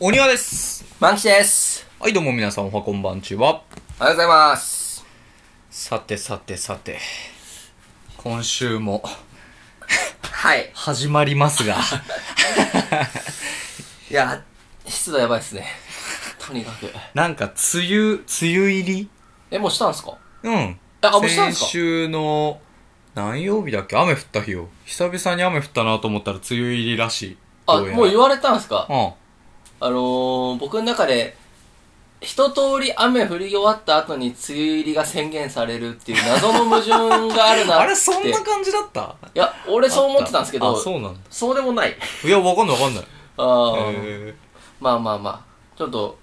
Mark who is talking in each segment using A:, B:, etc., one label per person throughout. A: お庭です。
B: マンキです。
A: はい、どうも皆さん、おはこんばんちは。
B: おはようございます。
A: さてさてさて、今週も
B: はい。
A: 始まりますが、
B: いや、湿度やばいっすね。 とにかく。
A: なんか、梅雨、梅雨入り
B: え、もうしたんすか
A: うん。
B: あもうしたんすか
A: 先週の、何曜日だっけ雨降った日よ。久々に雨降ったなと思ったら、梅雨入りらしい。
B: あ、
A: どやら
B: もう言われたんすか
A: うん。
B: あのー、僕の中で、一通り雨降り終わった後に梅雨入りが宣言されるっていう謎の矛盾があるなっ て。
A: あれ、そんない感じだった
B: や、俺そう思ってたんですけ
A: あ
B: ど、
A: あ、
B: そう
A: そうなんだ。
B: でもない。
A: いや、わかんないわかんない。
B: あー
A: え
B: まあまあまあ。ちょっと、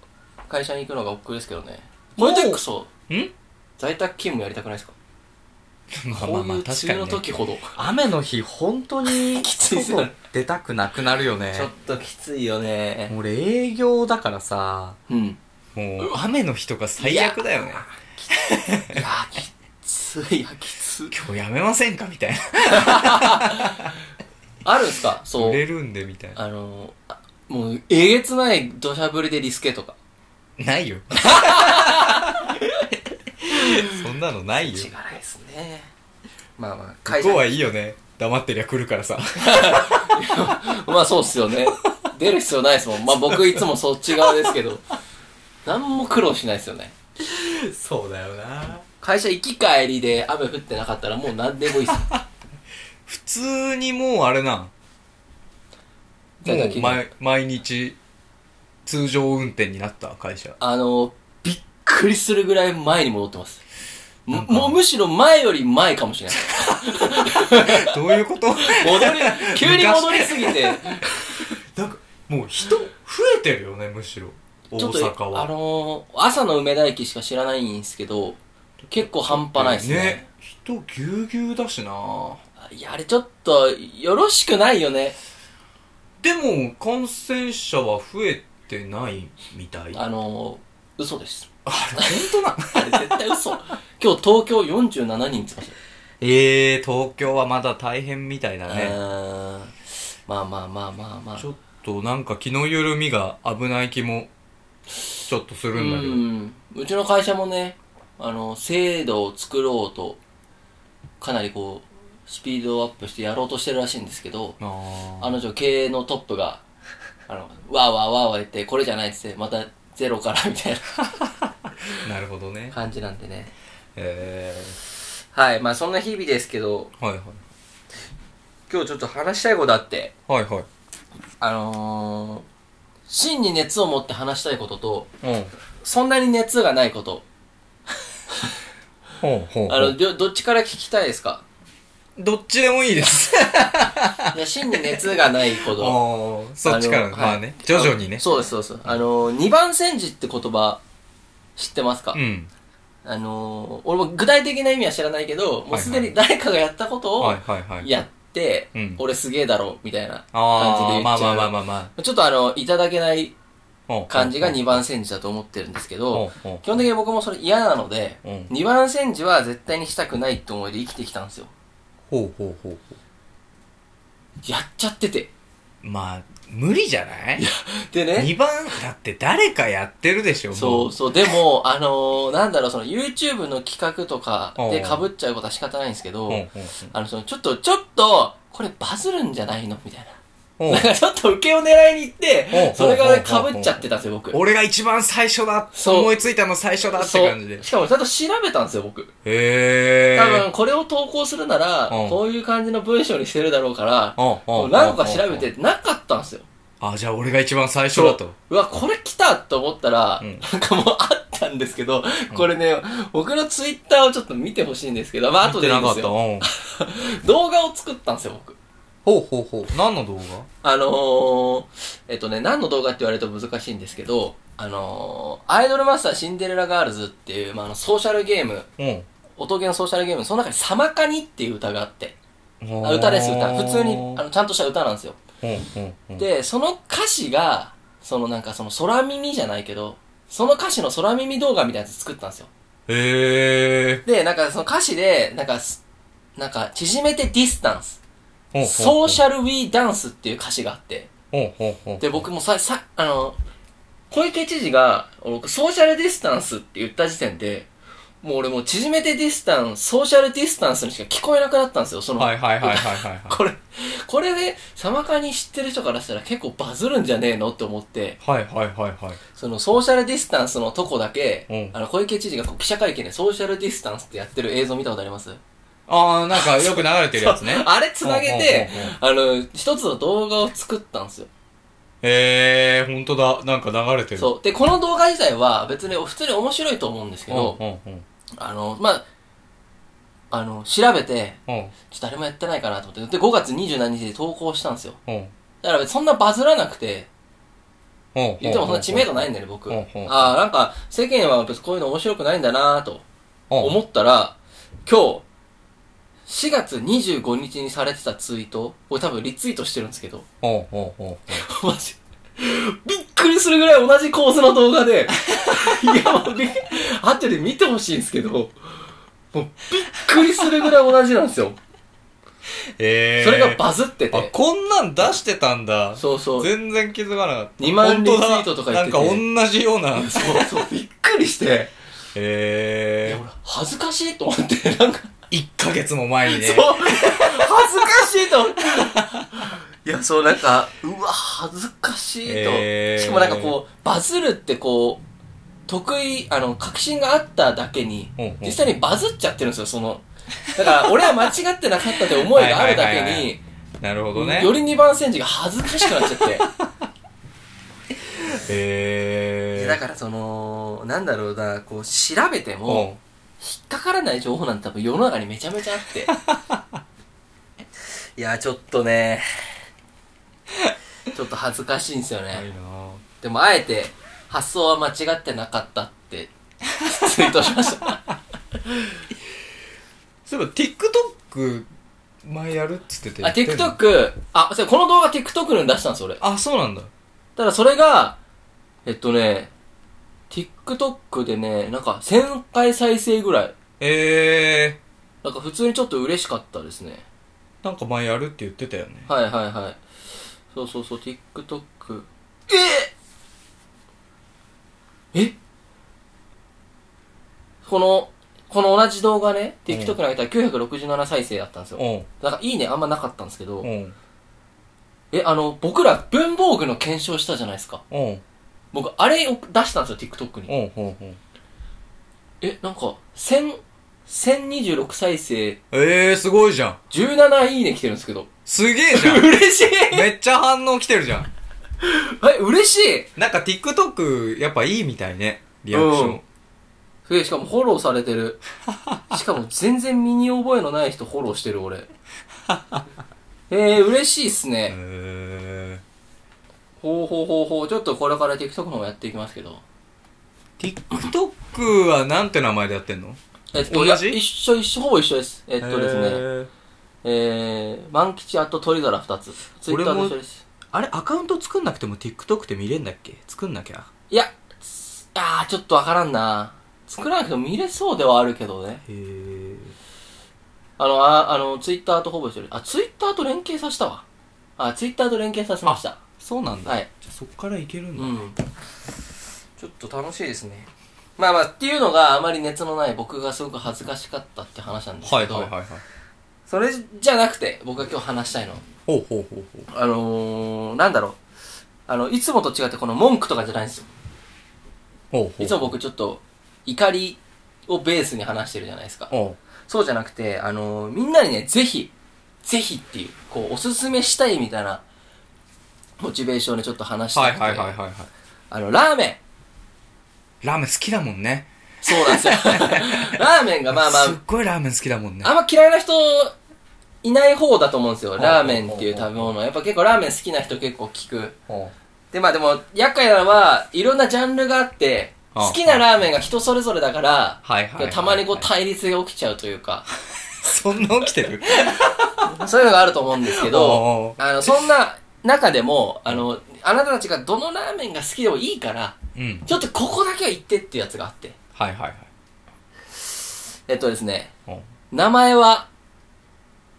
B: 会社に行くのが億劫ですけどね。こういう時こそ、
A: ー、ん
B: 在宅勤務やりたくないですか
A: まあま
B: こ
A: あ
B: ういう
A: まあ、
B: 梅
A: 確か
B: 雨
A: に、
B: の
A: ね。
B: 時ほど。
A: 雨の日、本当に、
B: きついっすね
A: 外出たくなくなるよね。
B: ちょっときついよね。
A: 俺営業だからさ
B: うん。い
A: もう雨の日とか最悪だよね
B: や、きつ い、いや、きつい。
A: 今日やめませんかみたいな
B: あるんすかそ
A: 売
B: う。
A: れるんでみたいな
B: あの、あもう、えげつない土砂降りでリスケとか。
A: ないよ そんなのないよ
B: 違ないですね。まあまあ、
A: 向
B: 会社
A: こうはいいよね黙ってりゃ来るからさ
B: まあそうっすよね。出る必要ないですもん。まあ僕いつもそっち側ですけど。なんも苦労しないですよね。
A: そうだよな
B: 会社行き帰りで雨降ってなかったらもう何でもいいっす。
A: 普通にもうあれなんも
B: 在宅
A: う
B: 勤務
A: 毎毎日通常運転になった会社
B: あの、びっくりするぐらい前に戻ってます。
A: な
B: も
A: んか
B: もうむしろ前より前かもしれない。
A: どういうこと
B: 戻り、急に戻りすぎて、
A: なんかもう人増えてるよねむしろ大
B: ちょっ
A: 阪
B: と、
A: は
B: あのー、朝の梅田駅しか知らないんですけど、結構半端ないですね。
A: 人ぎゅうぎゅうだしない
B: や、あれちょっと、よろしくないよね。
A: でも感染者は増えてないみたい
B: あ
A: あ
B: のー、嘘です。
A: れ本当な
B: あれ絶対嘘。今日東京47人って言ってまし
A: ええー、東京はまだ大変みたいだ
B: た
A: ね、
B: ね。まあまあまあまあまあ。
A: ちょっとなんか気の緩みが危ない気もちょっとするんだけど、
B: うんうちの会社もねあの制度を作ろうとかなりこうスピードアップしてやろうとしてるらしいんですけど
A: あ
B: あの女経営のトップがあのわーわーわーわー言ってこれじゃないっつってまたゼロからみたい
A: あなるほどね
B: な感じなんでね
A: え
B: はいまあそんな日々ですけど
A: ー、はいはい
B: 今日ちょっと話したいことあって
A: はいはい
B: あのー、真に熱を持って話したいことと
A: うん
B: そんなに熱がないこと
A: ほうほうほう
B: あのどどっちから聞きたいですか
A: どっちでもいいです。
B: いや真に熱がない こ
A: あ
B: と
A: ーそっちから、
B: の
A: まあね、徐々に
B: あ
A: ね。
B: そうです、そうです。あの、二番煎じって言葉、知ってますか、
A: うん。
B: あの、俺も具体的な意味は知らないけど、もうすでに誰かがやったことを
A: はいはいはい。
B: やって
A: うん、
B: 俺すげえだろ、みたいな感じ
A: あ
B: で
A: あ、
B: 言
A: ま
B: っ
A: あ
B: ちゃ
A: まあ
B: う。
A: まあまあま
B: ちょっとあの、いただけない
A: あうん。
B: 感じが二番煎じだと思ってるんですけど、
A: うんうん
B: 基本的に僕もそれ嫌なので
A: うん、
B: 二番煎じは絶対にしたくないって思いで生きてきたんですよ。
A: ほうほうほうほう。
B: やっちゃってて。
A: まあ、無理じゃない
B: でね。
A: 二番、だって誰かやってるでしょ、も
B: そうそう。でも、あのーなんだろう、その YouTube の企画とかで
A: うん
B: 被っちゃうことは仕方ないんですけ
A: うんうんう
B: ど
A: ん、
B: あの、その、ちょっと、ちょっと、これバズるんじゃないのみたい
A: うん
B: な。 なんかちょっと受けを狙いに行っ
A: う
B: て
A: ん、
B: それがね、
A: うん
B: 被っちゃってたんですよ、僕。
A: 俺が一番最初だ
B: そう
A: 思いついたの最初だって感じで
B: そう。しかもちゃんと調べたんですよ、僕。
A: へ
B: 多
A: ー
B: 分、これを投稿するなら、
A: うん
B: こういう感じの文章にしてるだろうから、
A: うん
B: も
A: う
B: うん何個か調べ
A: うん
B: てなかったんですよ。
A: あ、じゃあ俺が一番最初だと。
B: うわ、これ来たと思ったら、
A: うん
B: なんかもうあったんですけど、これね、僕のツイッターをちょっと見てほしいんですけど、まあ後でいいん
A: 見
B: で
A: て
B: す
A: なかった。
B: よ。
A: うん
B: 動画を作ったんですよ、僕。
A: ほうほうほう。何の動画
B: あのー、えっとね、何の動画って言われると難しいんですけど、あのー、アイドルマスターシンデレラガールズっていう、まあ、あの、ソーシャルゲーム、
A: うん
B: 音ゲーのソーシャルゲーム、その中にサマカニっていう歌があって、あ
A: あー
B: 歌です、歌。普通に、あの、ちゃんとした歌なんですよ。
A: うんうんうん。
B: で、その歌詞が、そのなんかその空耳じゃないけど、その歌詞の空耳動画みたいなやつ作ったんですよ。
A: へ
B: で、なんかその歌詞で、なんかす、なんか、縮めてディスタンス、
A: ー。
B: ソーシ
A: ャ
B: ャルウィーダンスっていう歌詞があって、
A: ル。うんうんうん。
B: で、僕もさ、さ、あの、小池知事が、俺ソーシャルディスタンスって言った時点で、もう俺もう縮めてディスタンス、ソーシャルディスタンスにしか聞こえなくなったんですよ、その。
A: はいはいはいはいはい
B: これ、これで、サマカに知ってる人からしたら結構バズるんじゃねえのって思って、
A: はいはいはいはい
B: そのソーシャルディスタンスのとこだけ、
A: うん
B: あの小池知事がこう記者会見でソーシャルディスタンスってやってる映像見たことあります
A: ああなんかよく流れてるやつね
B: あれつなげて
A: うんうんうん、
B: あの、一つの動画を作ったんですよ。
A: へえー、ほんとだなんか流れてる
B: そう。で、この動画自体は別に普通に面白いと思うんですけど、
A: うんうん
B: あの、まあ、あの、調べて、
A: うんうん
B: ちょっと誰もやってないかなと思って、で、5月27日で投稿したんですよ。
A: うん
B: だからそんなバズらなくて、
A: 言
B: 言ってもそんな知名度ないんだよね、僕。
A: うん
B: あ
A: うんうん
B: あー、なんか、世間は別にこういうの面白くないんだなと思
A: 思
B: ったら、今日、4月25日にされてたツイート、これ多分リツイートしてるんですけど、
A: うんうんうんうん
B: マジ。びっくりするぐらい同じ構図の動 画で、いや、もうび、後で見てほしいんですけど、もうびっくりするぐらい同じなんですよ。
A: えー、
B: それがバズって
A: あ
B: て。
A: こんなん出してたんだ
B: そうそう。そう
A: 全然気づかなかった
B: 2万
A: 本当だ
B: リツイートとか言ってて
A: なんか同じような
B: そう、びっくりして。い
A: え
B: や、俺、恥ずかしいと思って、なんか、
A: ー、1ヶ月も前にね
B: そう、恥ずかしいと思って。 いや、そう、なんか、うわ、恥ずかしいと。
A: えー
B: しかもなんかこう、バズるってこう、得意、あの、確信があっただけに、
A: うんうん
B: 実際にバズっちゃってるんですよ、その。だから、俺は間違ってなかったって思いがあるだ
A: は
B: け
A: いはいはい
B: に、
A: なるほどね
B: より2番センチが恥ずかしくなっちゃって。い
A: え
B: や
A: ー、
B: だからその、なんだろうな、こう、調べて
A: う
B: も、引っかからない情報なんて多分世の中にめちゃめちゃあって。 いや、ちょっとね、ちょっと恥ずかしいんですよ
A: んない
B: ね。
A: な
B: でも、あえて、発想は間違ってなかったって、ツイートしました。
A: そういえば TikTok 前やるっつってて
B: あ、TikTok、あ、そうこの動画 TikTok に出したんです、俺。
A: あそうなんだ
B: ただそれが、えっとね、TikTok でね、なんか1000回再生ぐらい。
A: え
B: なんか普通にちょっと嬉しかったですね。
A: ー、なんか前やるって言ってたよね
B: はいはいはい。そうそうそう、TikTok。ええこの、この同じ動画ね、
A: うん
B: TikTok に上げたら967再生だったんですよ。
A: うん
B: なんかいいねあんまなかったんですけど
A: う、ん
B: え、あの、僕ら文房具の検証したじゃないですか。
A: うん
B: 僕、あれを出したんですよ、TikTok
A: う
B: に。
A: んうんうん
B: え、なんか、1000、1026再生、
A: えー、すごいじゃん
B: 17いいね来てるんですけど。
A: すげえじゃん
B: 嬉しい
A: めっちゃ反応来てるじゃん
B: え、嬉しい
A: なんか TikTok やっぱいいみたいねリアクション、
B: うんすげえ、しかもフォローされ てる。しかも全然身に覚えのない人フォローしてる、 俺。えー、嬉しいっすね。
A: え
B: ほうほうほうほう。ちょっとこれから TikTok の方やっていきますけど。
A: ー、TikTok はなんて名前でやってんの
B: えっ
A: 同
B: と、いや、
A: じ
B: 一緒一緒、ほぼ一緒です。えっとです
A: へ
B: ね、
A: ー
B: えー、万吉あと鳥皿二つ。ツイッターと一緒です。
A: あれアカウント作んなくても TikTok って見れんだっけ作んなきゃ
B: いや、つあー、ちょっとわからんな。作らなくても見れそうではあるけどね。
A: へえ
B: あの、ああの、ツイッターとほぼ一緒です。あ、ツイッターと連携させたわ。あ、ツイッターと連携させました。
A: そうなんだ、
B: はい。
A: じゃあそっからいけるんだ、
B: うん。ちょっと楽しいですね。まあまあ、っていうのがあまり熱のない僕がすごく恥ずかしかったって話なんです
A: はい
B: け
A: は
B: ど、
A: いはいはい
B: それじゃなくて、僕が今日話したいの。
A: ほうほうほうほう
B: あのー、なんだろう。あの、いつもと違ってこの文句とかじゃないんですよ。
A: ほうほう
B: いつも僕ちょっと怒りをベースに話してるじゃないですか。
A: おう
B: そうじゃなくて、あのー、みんなにね、ぜひ、ぜひっていう、こう、おすすめしたいみたいな、モチベーションでちょっと話して
A: はい
B: て、
A: はいはいはいはい
B: あの、ラーメン
A: ラーメン好きだもんね
B: そうなんで すよ。ラーメンがまあます
A: っごいラーメン好きだもんね
B: あ、あんま嫌いな人いない方だと思うんです
A: い
B: よ。ラーメンっていう食べ物。やっぱ結構ラーメン好きな人結構聞く。
A: おう
B: で、まあでも、厄介なのは、いろんなジャンルがあって、
A: あ
B: 好きなラーメンが人それぞれだから、
A: はいはいはいはい
B: たまにこう 対立が起きちゃうというか、
A: そんな起きて る
B: そういうのがあると思うんですけど
A: お、
B: あの、そんな中でも、あの、あなたたちがどのラーメンが好きでもいいから、
A: うん
B: ちょっとここだけは言ってっていうやつがあって。
A: はいはいはい
B: えっとですね、
A: おう
B: 名前は、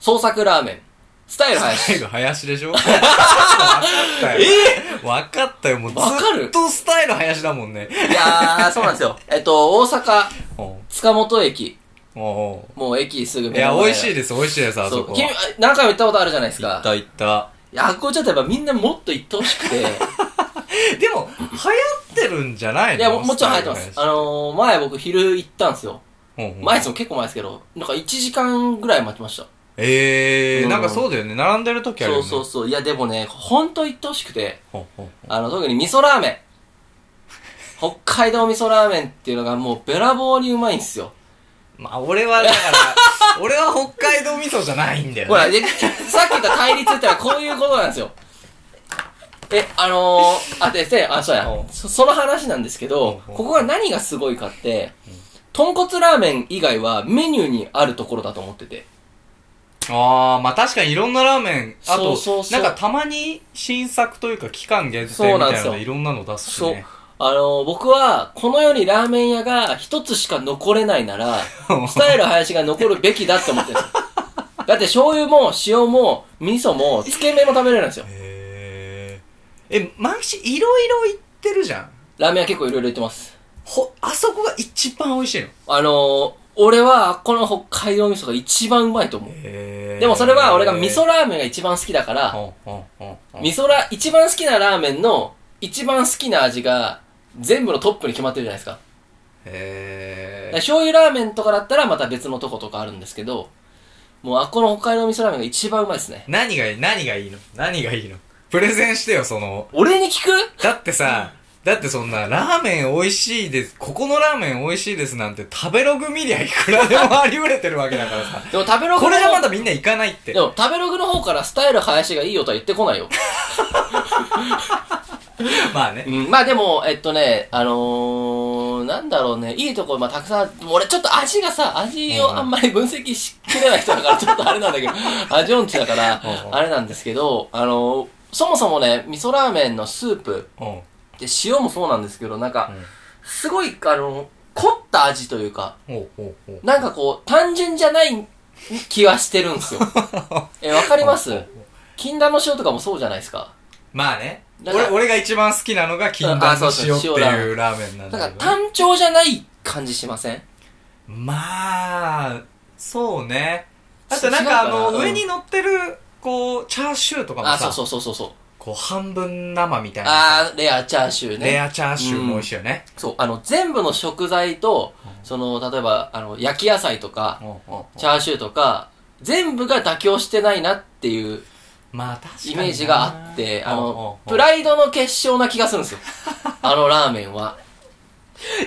B: 創作ラーメン。スタイル
A: 最
B: 林。
A: 後、林でし ょわかったよ。えわかったよ。もうず
B: わかる
A: っとスタイル林だもんね。
B: いやー、そうなんですよ。えっと、大阪、
A: おう
B: 塚本駅。
A: お
B: もう駅すぐ
A: ういや、美味しい
B: で
A: です、美味しいです、あ
B: そ
A: そうこ。
B: 君
A: 行、
B: 何回も行ったことあるじゃないで
A: っ
B: すか。
A: た行った。
B: いや、あっこちょっとやっぱみんなもっと行ってほしく て。
A: でも、流行ってるんじゃないの
B: いや、ももちろん入ってます。あのー、前僕昼行ったんですよ。前っ
A: 前
B: つっても結構前ですけど、なんか1時間ぐらい待ちました。
A: え
B: う
A: ー、
B: ん
A: なんかそうだよね。並んでる時あるよ
B: そう
A: ね。
B: そうそう。いや、でもね、ほんと行ってほしくて、
A: ほんほん
B: あの、特に味噌ラーメン。北海道味噌ラーメンっていうのがもうべらぼうにうまいんですよ。
A: まあ、俺はだ から、俺は北海道味噌じゃないんだよね。
B: ほら、でさっき言った対立ってのはこういうことなんですよ。え、あのー、あ、で、で、あ、そうや
A: おう。
B: そその話なんですけ
A: おう
B: ど、
A: おう
B: ここが何がすごいかって、豚骨ラーメン以外はメニューにあるところだと思ってて。
A: あー、まあ確かにいろんなラーメン、あと、
B: そうそうそう
A: なんかたまに新作というか期間限定みた
B: そう
A: い
B: なんで
A: な
B: すよ
A: のいろんなの出すし
B: そう
A: ね。。
B: あのー、僕は、この世にラーメン屋が一つしか残れないなら、スタイル林が残るべきだって思ってるんですよ。だって醤油も塩も味噌もつけ麺も食べれるんですよ。
A: へーえ、毎週いろいろ行ってるじゃん。
B: ラーメン屋結構いろいろ言ってます。
A: ほ、あそこが一番美味しいの。
B: あのー、俺はこの北海道味噌が一番うまいと思う。
A: へー
B: でもそれは俺が味噌ラーメンが一番好きだから、
A: ほんほんほんほん
B: 味噌ラ、一番好きなラーメンの一番好きな味が全部のトップに決まってるじゃないですか。だ
A: へ
B: か
A: ー
B: ら醤油ラーメンとかだったらまた別のとことかあるんですけど、もうあっこの北海道味噌ラーメンが一番うまいですね。
A: 何がいい、何がいいの何がいいのプレゼンしてよ、その。
B: 俺に聞く
A: だってさ、だってそんな、ラーメン美味しいです、ここのラーメン美味しいですなんて食べログ見りゃいくらでもありうれてるわけだから さ。
B: でも食べログ
A: こ
B: の
A: れがまだみんな行かないって
B: で。も食べログの方からスタイル林がいいよとは言ってこないよ。
A: まあね。
B: うんまあでも、えっとね、あのー、なんだろうね、いいところ、まあたくさん、俺ちょっと味がさ、味をあんまり分析しきれない人だから、 ちょっとあれなんだけど、味音痴だから
A: うんう、ん
B: あれなんですけど、あのー、そもそもね、味噌ラーメンのスープ、
A: うん。うん
B: で塩もそうなんですけど、なんか、すごい、あのー、凝った味というか、
A: おうおうおう
B: なんかこう、単純じゃない気はしてるん ですよ。え、わかります禁断の塩とかもそうじゃないですか。
A: まあね。
B: だから
A: 俺、俺が一番好きなのが禁
B: あ
A: 断
B: そ
A: の
B: うそう
A: 塩って
B: 塩ラーメ
A: いうラーメンなん
B: だから
A: だけどね。
B: 単調じゃない感じしません
A: まあ、そうね。あとなんかあ
B: 違うかな
A: の、
B: うん
A: 上に乗ってる、こう、チャーシューとか
B: あ、
A: も
B: そう
A: さ
B: そ、うそうそうそう。
A: こう、半分生みたいなさ。
B: あー、レアチャーシューね。
A: レアチャーシューも美味しいよね。
B: そう、あの、全部の食材と、その、例えば、あの、焼き野菜とか、
A: うんうんうん
B: チャーシューとか、全部が妥協してないなっていう
A: まあ確かに
B: イ
A: な
B: メージがあって、あ
A: うんうんうん
B: の、プライドの結晶な気がするん ですよ。あのラーメンは。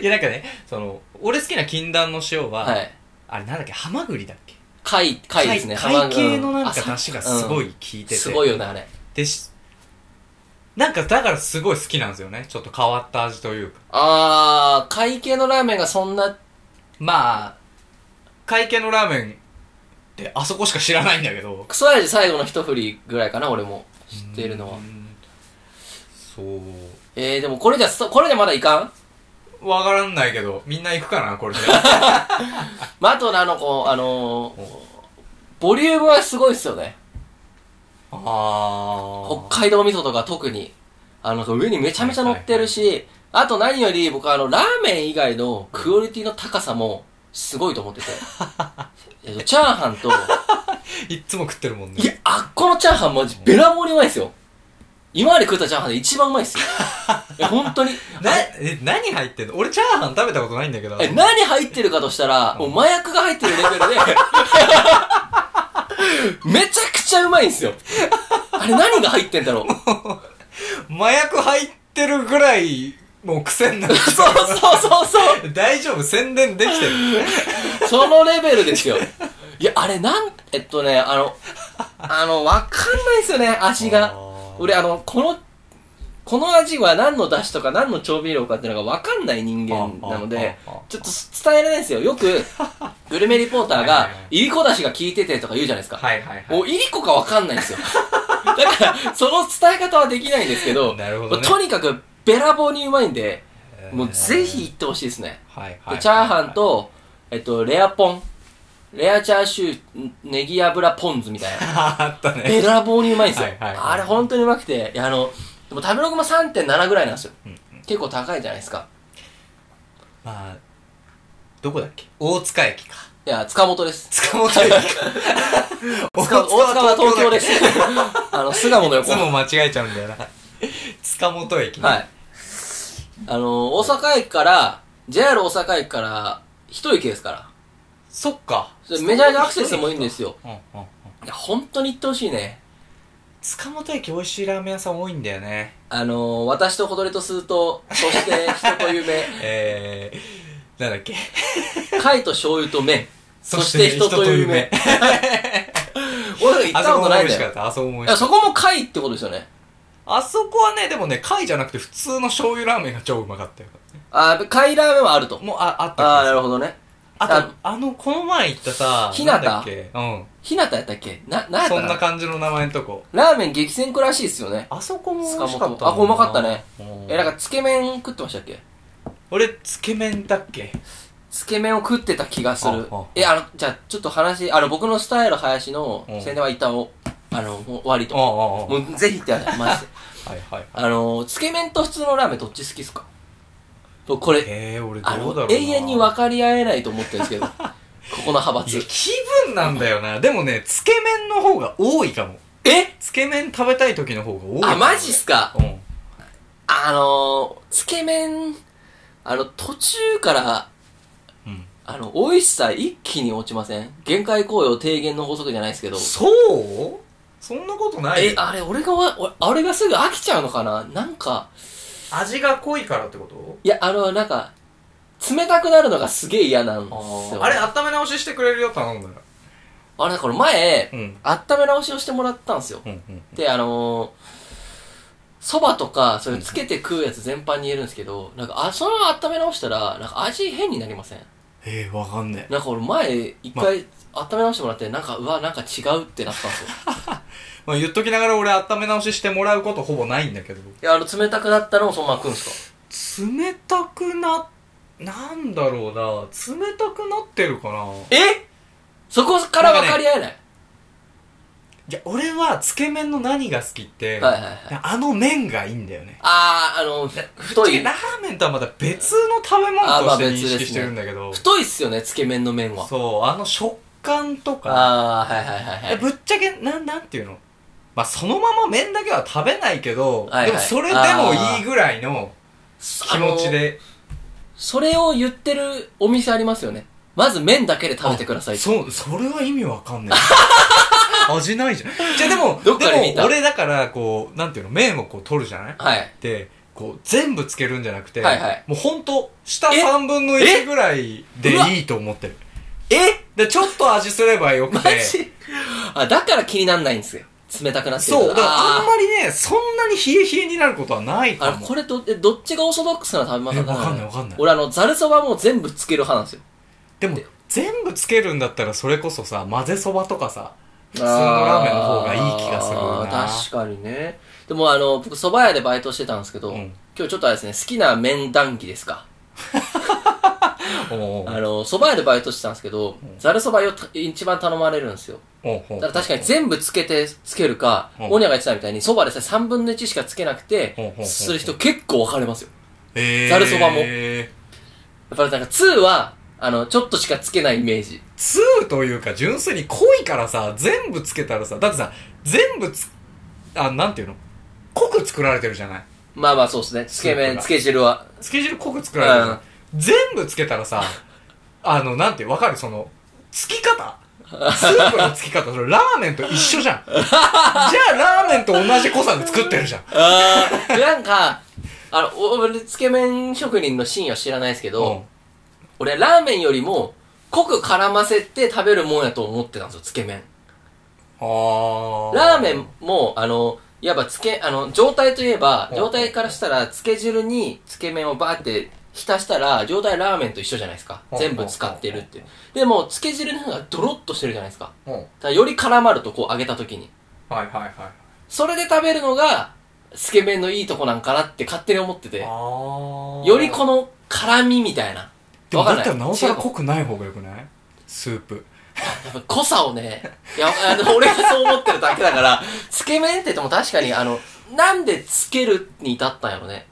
A: いやなんかねその俺好きな禁断の塩は、
B: はい。
A: あれなんだっけハマグリだっけ
B: 貝、貝ですね。
A: 貝貝系のなん
B: あ
A: か
B: さ
A: 出汁がすごい効いてて、
B: すごいよね、あれ。
A: でしなんかだからすごい好きなんですよねちょっと変わった味というか
B: あー、貝系のラーメンがそんな、
A: まあ会計のラーメンってあそこしか知らないんだけど
B: クソ味最後の一振りぐらいかな、俺も知っているのは
A: う。んそう
B: えー、でもこれじゃ、そこれでまだいかん
A: わからんないけどみんな行くかなこ れで
B: まあ、あとねあの、こう、あのーボリュームはすごいですよね。
A: ああ
B: 北海道味噌とか特に。あの、上にめちゃめちゃ乗ってるし、あと何より僕はあの、ラーメン以外のクオリティの高さもすごいと思ってて。えっとチャーハンと、
A: いっつも食ってるもんね
B: いや、あっこのチャーハンマジべらぼうにうまいですよ。今まで食ったチャーハンで一番うまいですよ。え、本当に。
A: な、え、何入ってんの俺チャーハン食べたことないんだけど。
B: え、何入ってるかとしたら、もう麻薬が入ってるレベ ルで、めちゃくちゃうまいんですよ。あれ何が入ってんだろう。
A: 麻薬入ってるぐらい、もう癖になる。
B: そうそうそうそ
A: 大丈夫宣伝できてる。
B: う。そのレベルですよ。いや、あれなん、えっとね、あの、あの、わかんないですよね、味が。
A: あー
B: 俺、あの、この、この味は何の出汁とか何の調味料かっていうのがわかんない人間なので
A: ああああああ、
B: ちょっと伝えられないですよ。よく、グルメリポーター
A: はい
B: が
A: はいはい、
B: いりこ出汁が効いててとか言うじゃないですか。
A: はいはい
B: も
A: は
B: ういりこかわかんないんですよ。 だから、その伝え方はできないんですけど、
A: なるほどね
B: とにかく、べらぼうにうまいんで、
A: い。
B: もうぜひ行ってほしいですね。
A: はいはいはい
B: で
A: はい。
B: チャーハンと、えっと、レアポン。レアチャーシュー、ネギ油ポン酢みたい な。
A: あったね。
B: べらぼうにうまいんですよ。
A: はいはい
B: あれ本当にうまくて、いやあの、でも食べログも3.7ぐらいなんですよ。結構高いじゃないですか。
A: まあ、どこだっけ大塚駅か。
B: いや、塚本です。
A: 塚本駅か。
B: 大 塚は東京です。 あの、巣鴨の
A: い
B: 横。
A: つ
B: は
A: も間違えちゃうんだよな。塚本駅、ね。
B: い。あの、大阪駅から、JR 大阪駅から、一駅ですから。
A: そっか。
B: それめちゃめちゃアクセスもいいんですよ。
A: うんうんうん。
B: いや、本当に行ってほしいね。
A: 塚本駅美味しいラーメン屋さん多いんだよね。
B: あの、私と小鳥と鈴と、そして人と夢、
A: えー、なんだっけ。
B: 貝と醤油と麺、そして人と
A: いう
B: 夢。俺 ら行っ
A: あ
B: た
A: そこ
B: こ
A: とも
B: な
A: 美
B: いん
A: 味しか
B: だ
A: っ
B: よ。
A: た。あそこも
B: い
A: 美
B: や、
A: 味しか
B: そ
A: っ
B: こも貝ってことですよね。
A: た。あそこはね、でもね、貝じゃなくて普通の醤油ラーメンが超うまかったよ。
B: あー、やっぱ貝ラーメンはあると。
A: もう、あ、あった気
B: あ
A: が
B: あ、
A: す
B: な
A: る
B: るほどね。
A: あと、あの、この前行ったさ、
B: ひなた
A: んだっけうん。
B: ひなたやったっけな、なんやった
A: そ
B: か
A: んな感じの名前のとこ。
B: ラーメン激戦区らしいっすよね。
A: あそこも美味しか
B: 塚
A: っ
B: 本
A: た
B: あ、これうまかったね。え、
A: え、な
B: な
A: んん
B: か、
A: か、
B: つけ麺食ってましたっけ
A: 俺、つけ麺だっけ
B: つけ麺を食ってた気がする
A: あああ。
B: え、あの、じゃあ、ちょっと話、あの、僕のスタイル林の
A: うん
B: 宣伝は一旦お、あの、もう終わりと。
A: ああ、
B: も、
A: ああ、はいう
B: ぜひ行ってくださ い、マジで。
A: はい。
B: あの、つけ麺と普通のラーメンどっち好きっすか僕、これ、
A: えー、俺ど
B: あ
A: うだろ
B: の
A: う、な。
B: 永遠に分かり合えないと思ってるんです けど、ここの派
A: いや
B: 閥。
A: 気分なんだよな。でもね、つけ麺の方が多いかも。
B: え
A: つけ麺食べたい時の方が多い。
B: あ、マジっすか
A: うん。
B: あのー、つけ麺、あの、途中から、
A: うん。
B: あの、美味しさ一気に落ちません限界効用低減の法則じゃないですけど。
A: そうそんなことない
B: え
A: よ、。
B: あれ、俺がわ、俺あれがすぐ飽きちゃうのかななんか、
A: 味が濃いからってこと
B: いや、あの、なんか、冷たくなるのがすげえ嫌なんです
A: あ
B: よ。
A: あれ、温め直ししてくれるよ、頼んだら。
B: あれ、これ前、
A: うん。
B: 温め直しをしてもらったんですよ。
A: うんうん。
B: で、あのー、蕎麦とか、それつけて食うやつ全般に言えるんですけど、なんか、あ、そのまま温め直したら、なんか味変になりません
A: えー、わかんねえ。
B: なんか俺前、一回、温め直してもらって、なんか、うわ、なんか違うってなった んですよ。
A: まあ、言っときながら俺温め直ししてもらうことほぼないんだけど。
B: いや、あの、冷たくなったのをそのまま食うんですか
A: 冷たくな、なんだろうな。冷たくなってるかな。
B: えそこから分かり合えない。
A: いや、俺は、つけ麺の何が好きって、
B: はいはいはい。
A: あの麺がいいんだよね。
B: あー、あの、太い
A: ラ。ーメンとはまた別の食べ物と
B: あまあ
A: して認
B: 別ですね
A: 識してるんだけど、
B: 太いっすよね、つけ麺の麺は。
A: そう、あの食感とか、
B: あー、はいはいはいはい。
A: ぶっちゃけ、なん、なんていうのまあ、そのまま麺だけは食べないけど、
B: はいはい
A: でもそれでもいいぐらいの気持ち
B: あの。
A: で。
B: それを言ってるお店ありますよね。まず麺だけで食べてくださいって。
A: そう、それは意味わかんない。 味ないじゃん。じゃあでも、
B: どっかで見た
A: も俺だから、こう、なんていうの、麺をこう取るじゃない
B: はい。
A: で、こう、全部つけるんじゃなくて、
B: はいはい
A: もうほんと、下
B: え
A: 3分の1ぐらいで
B: うわ
A: いいと思ってる。
B: え
A: で、ちょっと味すればよく
B: マ
A: て。
B: ジあ、だから気になんないんですよ。冷たくなってる
A: そう、だからあん
B: あ
A: まりね、そんなに冷え冷えになることはない
B: ーあ
A: か
B: の、
A: も。
B: これど、えどっちがオーソドックスな食べ
A: え、
B: 物
A: わかんないわかんない。
B: 俺あの、ざるそばも全部つける派なんですよ。
A: でも、全部つけるんだったらそれこそさ、混ぜそばとかさ、
B: 普
A: 普通のラーメンの方がいい気がするな。
B: 確かにね。でもあの、僕蕎麦屋でバイトしてたんですけど、
A: うん
B: 今日ちょっとあれですね、好きな麺談義ですか。
A: おうお
B: あ
A: う
B: の、蕎麦屋でバイトしてたんですけど、ざるそばをた一番頼まれるんですよ。
A: おうおう
B: だから確かに全部つけて、つけるか、
A: うん
B: オニャが言ってたみたいに、蕎麦でさ、3分の1しかつけなく
A: うんうん
B: て
A: うんう、ん
B: する人結構分かれますよ。
A: えー、
B: ざるそばもやっぱりなんか2は、あの、ちょっとしかつけないイメージ。
A: ツーというか純粋に濃いからさ、全部つけたらさ、だってさ、全部つ、あ、なんていうの濃く作られてるじゃない
B: まあまあそうですね。つけ
A: スープ
B: 麺、
A: が
B: つけ汁は。
A: つけ汁濃く作られてるじゃない、全部つけたらさ、あの、なんていう、わかるその、つき方スープのつき方、それラーメンと一緒じ ゃん。じゃあラーメンと同じ濃さで作ってるじゃん。
B: あーなんか、あの、お俺、つけ麺職人のシーンは知らないですけど、
A: うん
B: 俺、ラーメンよりも、濃く絡ませて食べるもんやと思ってたんですよ、つけ麺。
A: あー
B: ラーメンも、あの、いわばつけ、あの、状態といえば、
A: うん
B: 状態からしたら、つけ汁につけ麺をバーって浸したら、状態ラーメンと一緒じゃないですか。
A: うん
B: 全部使ってるっていう。でも、つけ汁の方がドロッとしてるじゃないですか。
A: うん。はい
B: だからより絡まると、こう、揚げた時に。
A: はいはい。
B: それで食べるのが、つけ麺のいいとこなんかなって勝手に思ってて、
A: あ
B: よりこの、絡みみたいな。
A: でも
B: わかん
A: だ
B: な
A: っ
B: い
A: たらなおさら
B: 違う
A: 濃くない方がよくないスープ。
B: やっぱ濃さをね、いや、あの、 俺がそう思ってるだけだから、つけ麺って言っても確かに、あの、なんでつけるに至ったんやろね。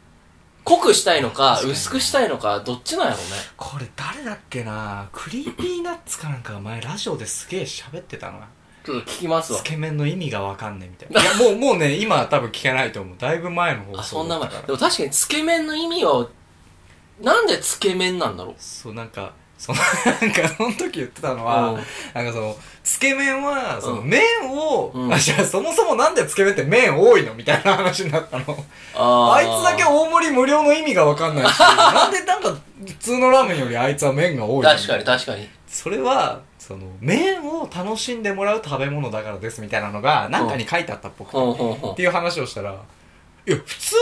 B: 濃くしたいのか、
A: 確かに
B: 薄くしたいのか、どっちなんやろね。
A: これ誰だっけなクリーピーナッツかなんかが前ラジオですげえ喋ってたな
B: ちょっと聞きますわ
A: つ。け麺の意味がわかんねえみたいないやもうもうね今は多分聞けないと思うだいぶ前の放
B: あ、そ
A: 送
B: ん
A: だ
B: な
A: った
B: 前
A: か。
B: で
A: ら
B: も確かにつけ麺の意味は、なんでつけ麺なんだろう。
A: そうなんかそのなんかその時言ってたのは、
B: うん
A: なんかそのつけ麺はその
B: うん
A: 麺を、
B: うん
A: あじゃあそもそもなんでつけ麺って麺多いのみたいな話になったの
B: あ
A: あいつだけ大盛り無料の意味がわかんないし なんでなんか普通のラーメンよりあいつは麺が多いの
B: 確かに確か に。
A: それはその麺を楽しんでもらう食べ物だからですみたいなのがなんかに書いてあったっぽくて、
B: ほ
A: っ
B: んほんほん
A: て。いう話をしたら「いや普通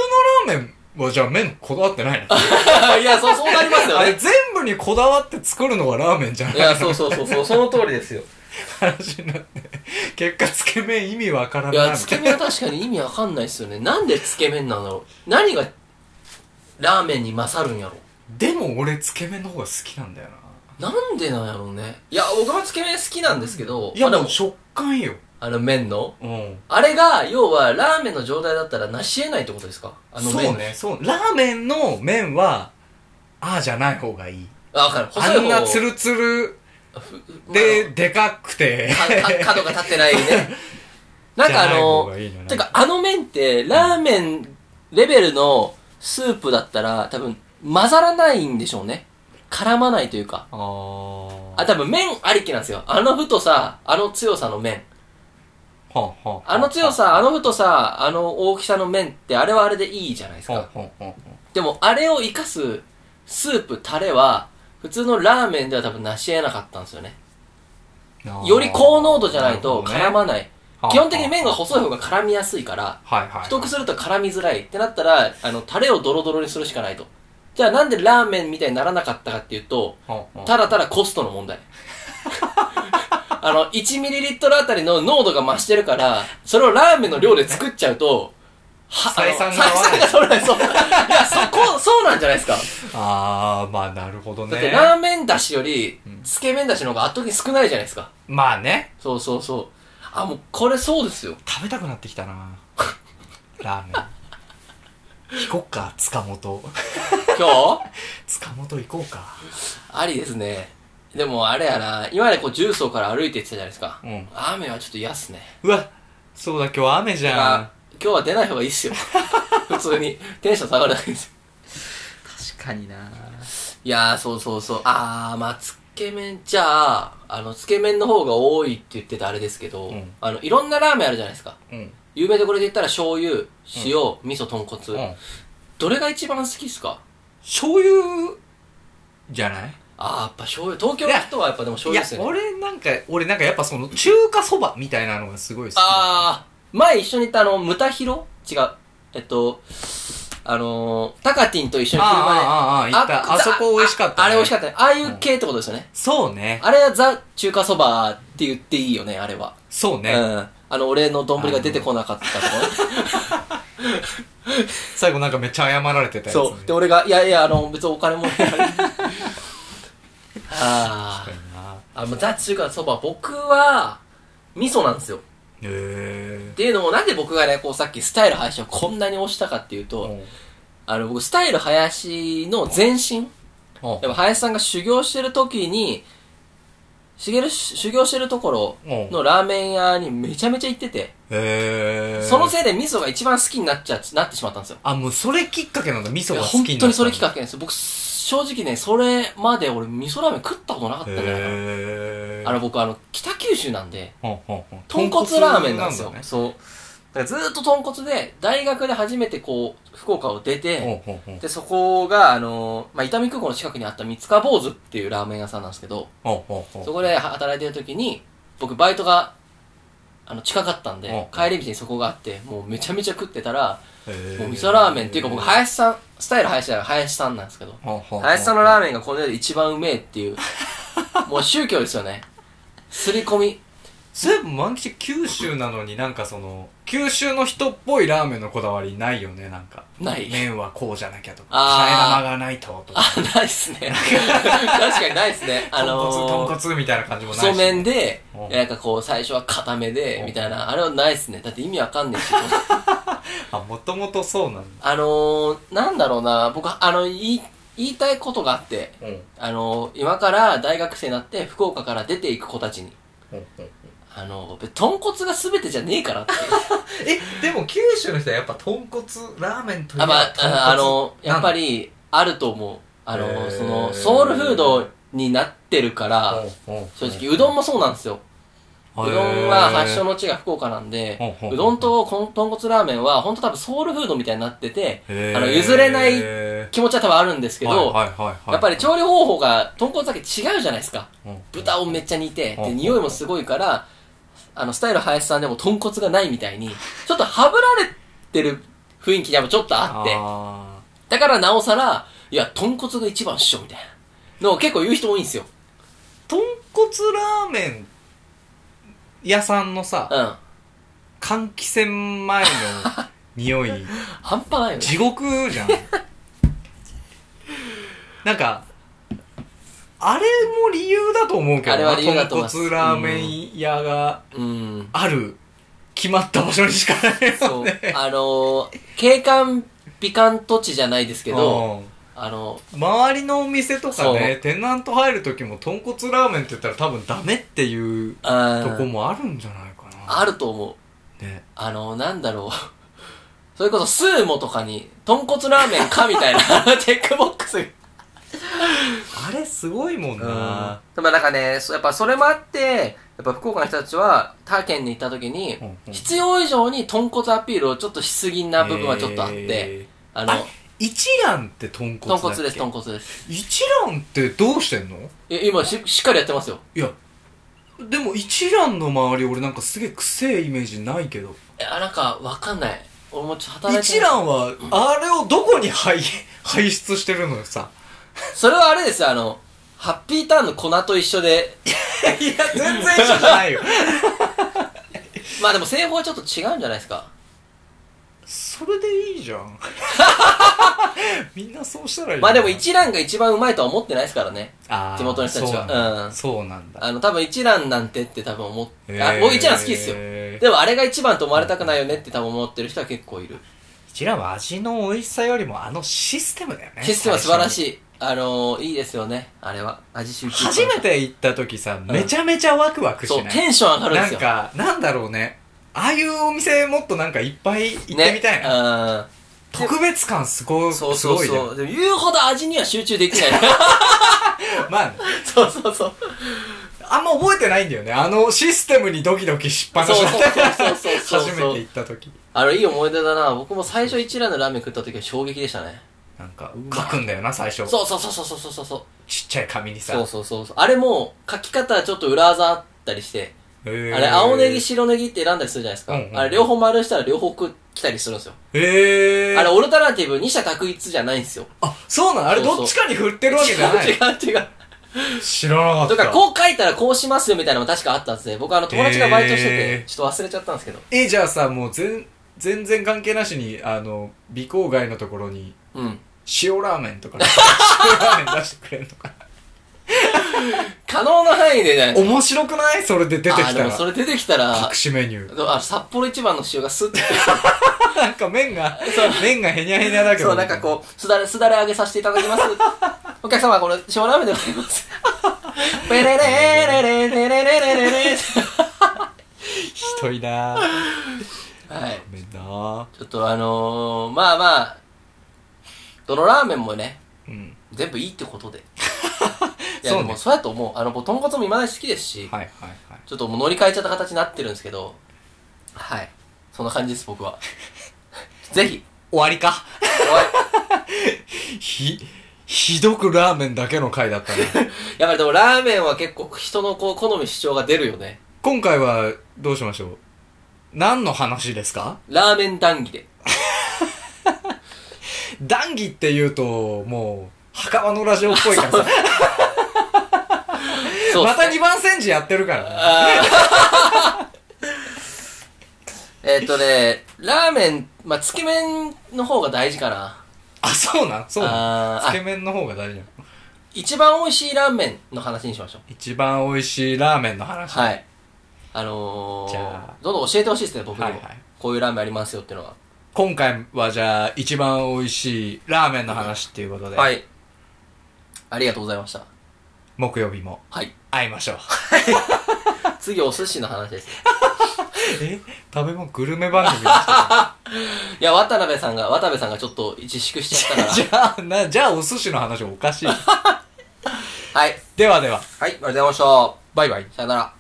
A: のラーメンはじゃあ麺こだわって ないの? 」
B: いや、そう、そうなりますよ
A: あれ
B: ね。
A: 全部にこだわって作るのがラーメンじゃない
B: いや、そうそうそう、そうその通りですよ。
A: 話になって結果つけ麺意味わからん
B: い
A: ない
B: や、
A: み
B: つ
A: た
B: け
A: いな
B: 麺は確かに意味わかんないっすよね。なんでつけ麺なの何がラーメンに勝るんやろ
A: でも俺つけ麺の方が好きなんだよな
B: なんでなんやろうね。いや、僕もつけ麺好きなんですけど、
A: いや
B: まあ
A: もう食感よ
B: あの麺の。
A: うん
B: あれが、要は、ラーメンの状態だったら、なし得ないってことですかあの麺。
A: そう。ねそうラーメンの麺はああじゃない方がいい
B: あ、わかる。細い
A: あ
B: 方
A: んなツルツル
B: で、
A: で、でかくて。
B: かか角が立って ないね。なんかあの、
A: じゃない方がいいのね
B: てかあの麺って、ラーメンレベルのスープだったら、多分混ざらないんでしょうね。絡まないというか。
A: あー。
B: あ、多分麺ありきなんですよ。あの太さ、あの強さの麺。
A: はんはん
B: あの強。さ、あの太さ、あの大きさの麺って、あれはあれでいいじゃないです
A: ほん
B: か。
A: ほんほんほん。
B: でも、あれを活かすスープ、タレは、普通のラーメンでは多分成し得なかったんですよね。
A: あー
B: より高濃度じゃないと絡ま
A: なる
B: ない。
A: ほどね
B: 基本的に麺が細い方が絡みやすいから、
A: はいはいはい。
B: 太くすると絡みづらいってなったら、あの、タレをドロドロにするしかないと。じゃあなんでラーメンみたいにならなかったかっていうと、
A: ほんほん
B: ただただコストの問題。あの、1ml あたりの濃度が増してるから、それをラーメンの量で作っちゃうと、はあの
A: 採算が合わない
B: 採算が取れない。そう。いや、そこ、そうなんじゃないですか。
A: あー、まあなるほど
B: だって
A: ね。
B: ラーメンだしより
A: うん、
B: つけ麺だしの方が圧倒的に少ないじゃないですか。
A: まあね。
B: そうそうそう。あ、もうこれそうですよ。
A: 食べたくなってきた な。ラーメン。行こっか、塚本。
B: 今日
A: 塚本行こうか。
B: ありですね。でもあれやな、今までこう重曹から歩いて行ってたじゃないですか。
A: うん
B: 雨はちょっと嫌っすね。
A: うわ、そうだ、今日雨じ
B: だ
A: ゃん
B: か。ら今日は出ない方がいいっすよ。普通に。テンション下がるだけですよ。
A: 確かにな。
B: いやー、そうそうそう。あー、まあ、つけ麺、じゃあ、あの、つけ麺の方が多いって言ってたあれですけど、
A: うん
B: あの、いろんなラーメンあるじゃないですか。
A: うん。
B: 有名どころで言ったら醤油、塩、味噌、豚骨、
A: うん。
B: どれが一番好きっすか
A: 醤油、じゃない
B: あー、やっぱ醤油。東京の人はやっぱでも醤
A: い
B: 油
A: や
B: ですよね。
A: 俺なんか俺なんかやっぱその中華そばみたいなのがすごい好き
B: ああ、前一緒に行ったあの、ムタヒロ違う。えっと、あのー、タカティンと一緒に車で。
A: あーあーあーあー行ったあそこ美味しかったね
B: ああれ美味しかったね。ああいう系ってことですよね。
A: そうね
B: あれはザ中華そばって言っていいよね、あれは。
A: そうね、
B: うん。あの、俺の丼が出てこなかった とこね。
A: 最後なんかめっちゃ謝られてたやつね、
B: そう。で、俺が、いやいや、あの、別にお 金も。あ
A: 確かにな
B: あ。あの、ザ中華そば、僕は、味噌なんですよ。
A: へ
B: っていうのも、なんで僕がね、こうさっきスタイル配信をこんなに推したかっていう
A: え
B: と、あの、僕、スタイル林の前身。でも、林さんが修行してる時に、しげるし修行してるところのラーメン屋にめちゃめちゃ行ってて、
A: へえ
B: そのせいで味噌が一番好きになっちゃ、なってしまったんですよ。
A: あもうそれきっかけなんだ味噌
B: い
A: が
B: や
A: 好きに
B: 本
A: なった
B: 当にそれきっかけなんですよ。僕、正直ね、それまで俺味噌ラーメン食ったことなかったんじゃないかな。
A: へえ
B: あの、僕、あの、北九州なんで、
A: ほんほんほん
B: 豚骨ラーメンなんですよ。
A: 豚
B: そう。だからずっと豚骨で、大学で初めてこう、福岡を出て、
A: 骨なんだねほんほんほん
B: で、そこが、あのーまあ、伊丹空港の近くにあった三塚坊主っていうラーメン屋さんなんですけど、
A: ほんほんほん
B: そこで働いてる時に、僕バイトが、あの、近かったん
A: うん
B: で、帰り道にそこがあって、もうめちゃめちゃ食ってたら、
A: へー
B: もう味噌ラーメンっていうか僕、林さん、スタイル林じゃない、林さんなんですけど、
A: ほんほんほん
B: 林さんのラーメ ンがこの世で一番うめえっていう、もう宗教ですよね。すり込み。
A: そういえば万吉九州なのになんかその九州の人っぽいラーメンのこだわりないよねなんか
B: ない
A: 麺はこうじゃなきゃとか
B: あ
A: 替
B: ー
A: え玉がないととか
B: あ、ないっすね。確かにないっすね。あの
A: 豚骨豚
B: ー、
A: 骨みたいな感じもないし
B: 細麺で、
A: うん
B: なんかこう、最初は固めで
A: う、ん
B: みたいな、あれはないっすね。だって意味わかんねえし。
A: あもともとそうなんだ
B: あのー、なんだろうな、僕、あの、言い、言いたいことがあって、
A: うんうん
B: あのー、今から大学生になって、福岡から出ていく子たちに、
A: うんうん
B: あのー、豚骨が全てじゃねえからって。
A: えでも九州の人はやっぱ豚骨ラーメンといえ
B: あ、
A: ば
B: まあ
A: 豚、骨
B: ああの、やっぱ
A: なん
B: り、あると思う。あの
A: へ
B: ー、
A: ー
B: その、ソウルフードになってるから
A: だ、
B: 正直、うどんもそうなんですよ。うどんは発祥
A: の
B: の地が福岡なんで
A: ほうほうほ、う
B: うどんとこん豚骨ラーメンは本当多分ソウルフードみたいになってて、
A: あ
B: あの譲れない気持ちは多分あるんですけど、やっぱり調理方法が豚骨だけ違うじゃないですか。豚をめっちゃ煮て、
A: ほうほうほ
B: で、
A: う
B: 匂いもすごいから、あの、スタイル林さんでも豚骨がないみたいに、ちょっとはぶられてる雰囲気がちょっとあって、
A: あ
B: だからなおさら、いや、豚骨が一番っしょ、みたいなのを結構言う人多いんですよ。
A: ー豚骨ラーメン屋さんの
B: う
A: さ
B: ん。
A: 換気扇前の匂 い
B: 半端ないよね。
A: 地獄じゃんなんかあれも理由だと思うけどな
B: あれは理由だと思います
A: 豚骨ラーメン屋が
B: うん。
A: ある決まった場所にしかない
B: そ
A: よ
B: う
A: ね。
B: あのー、景観、美観土地じゃないですけど、
A: うん
B: あの、
A: 周りのお店とか
B: そ
A: ねテナント入る時も豚骨ラーメンって言ったら多分ダメっていう
B: あ
A: とこ
B: ー
A: もあるんじゃないかな
B: あると思う。
A: ね
B: あの、なんだろう。それこそ、スーモとかに、豚骨ラーメンかみたい な、あのチェックボックス。
A: あれすごいもん
B: でも
A: な
B: なんかね、そやっぱそれもあって、やっぱ福岡の人たちは、他県に行った時に、
A: うんうん
B: 必要以上に豚骨アピールをちょっとしすぎな部分はちょっとあって、
A: えー
B: あの
A: あ、一蘭って豚骨だ
B: 豚
A: っけ
B: 骨です、豚骨です。
A: 一蘭ってどうしてんの
B: え、今し、しっかりやってますよ。
A: いやでも一蘭の周り俺なんかすげえくせえイメージないけど
B: え、あなんか、わかんない。俺もちょっと働いて
A: 一蘭はあれをどこに排 排出してるのよさ
B: それはあれですよ、あの、ハッピーターンの粉と一緒で、
A: いや全然一緒じゃないよ
B: まあでも製法はちょっと違うんじゃないですか。
A: それでいいじゃん みんなそうしたらいい
B: まあでも一蘭が一番うまいとは思ってないですからね。
A: あー
B: 地元の人たちは
A: そうなんだ
B: うん
A: そうなんだ
B: あの、多分一蘭なんてって多分思っ
A: へ
B: て、あ、
A: ー
B: 僕一蘭好きですよ。でもあれが一番と思われたくないよねって多分思ってる人は結構いる。
A: 一蘭は味の美味しさよりもあのシステムだよね
B: システムは素晴ら
A: い
B: しい。あのー、いいですよね。あれは。味集中。
A: 初め。て行った時さめちゃめちゃワクワクし
B: そう、
A: ない
B: テンション上がるんで
A: な
B: す
A: ん
B: よ。
A: かなんだろうねああいうお店もっとなんかいっぱい行ってみたいな、
B: な。
A: 特別感すご
B: うん。そう
A: す
B: そ
A: ご
B: う
A: いじゃ
B: そ
A: ん
B: う。でも言うほど味には集中 できない。
A: まあ
B: そうそうそう。
A: あんま覚えてないんだよねあのシステムにドキドキしっぱなしだった
B: そうそうそうそうそう
A: 初めて行った時
B: あの、いい思い出だな。僕も最初一蘭のラーメン食った時は衝撃でしたね。
A: なんか書くんだよな最初
B: そうそうそうそうそうそうそうそう。
A: ちっちゃい紙にさ
B: そうそうそうそう。あれも、書き方ちょっと裏技あったりして、
A: へー
B: あれ、青ネギ、白ネギって選んだりするじゃないですか。
A: うんうん
B: あれ、両方丸したら両方く来たりするんですよ。
A: へー
B: あれ、オルタナティブ二者択一じゃないんですよ。
A: あそうなのあれ
B: そうそう
A: どっちかに振ってるわけじゃない
B: 違 う違う。
A: 知らなかった
B: とか、こう書いたらこうしますよみたいなのも確かあったんですね。僕、あの、友達がバイトしてて
A: へ、ー
B: ちょっと忘れちゃったんですけど。
A: えじゃあさもう全全然関係なしにあの美郊外のところに
B: うん。
A: 塩ラーメンとか塩ラーメン出してくれるのか
B: 可能な範囲でじゃないです
A: 面白くないそれで出て
B: か。
A: き
B: あー、で
A: た
B: も
A: ら
B: それ出てきたら
A: 隠、しメニュー
B: あ札幌一番の塩がスッて。
A: なんか麺が麺がへにゃへにゃだけど
B: そう、なんかこう、すだれ、すだれ揚げさせていただきます。お客様、これ、小ラーメンでございます。ペレレレレレレレレレレ
A: うひどいなぁ
B: はい
A: ご。めんなぁ
B: ちょっとあのー、まあまあ、どのラーメンもね、
A: うん
B: 全部いいってことで。いや、
A: そう
B: で
A: ね
B: もそうやと思う。あの、僕、豚骨も今まで好きですし、
A: はいはいはい
B: ちょっともう乗り換えちゃった形になってるんですけど、はい。そんな感じです、僕は。ぜひ、
A: 終わりか
B: おい
A: ひひどくラーメンだけの回だったね
B: やっぱりでもラーメンは結構人のこう好み主張が出るよね。
A: 今回はどうしましょう何の話ですか
B: ラーメン談義で。
A: 談義っていうともう袴のラジオっぽいからさ
B: そうっ
A: ます
B: ね
A: た2番煎じやってるからね
B: あえっ、とね、ラーメン、まあ、つけ麺の方が大事かな。
A: あ、そうなんそうな
B: あ
A: ん
B: ーあ
A: つけ麺の方が大事なの。
B: 一番美味しいラーメンの話にしましょう。
A: 一番美味しいラーメンの話。
B: はい。あのー、
A: じゃあ
B: どんどん教えてほしいですね、僕にも。
A: はいはい
B: こういうラーメンありますよっていうのは。
A: 今回はじゃあ、一番美味しいラーメンの話っていうことで、
B: はい。ありがとうございました。
A: 木曜日も
B: はい。
A: 会いましょう。
B: 次、お寿司の話です。
A: え食べ物グルメ番 組でした
B: いや、渡辺さんが、渡辺さんがちょっと自粛しちゃっ たか
A: じゃあ、な、じゃあお寿司の話おかしい。
B: ら。はい。
A: ではでは、
B: はい、ありがとうございました。
A: バイバイ。
B: さよなら。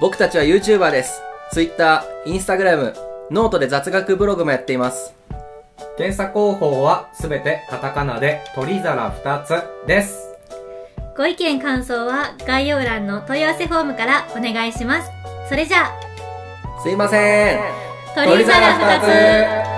B: 僕たちは YouTuber です。Twitter、Instagram、ノートで雑学ブログもやっています。
C: 検査方法はすべてカタカナで鳥皿2つです。
D: ご意見感想は概要欄の問い合わせフォームからお願いします。それじゃあ、
B: すいません。
D: 鳥皿2つ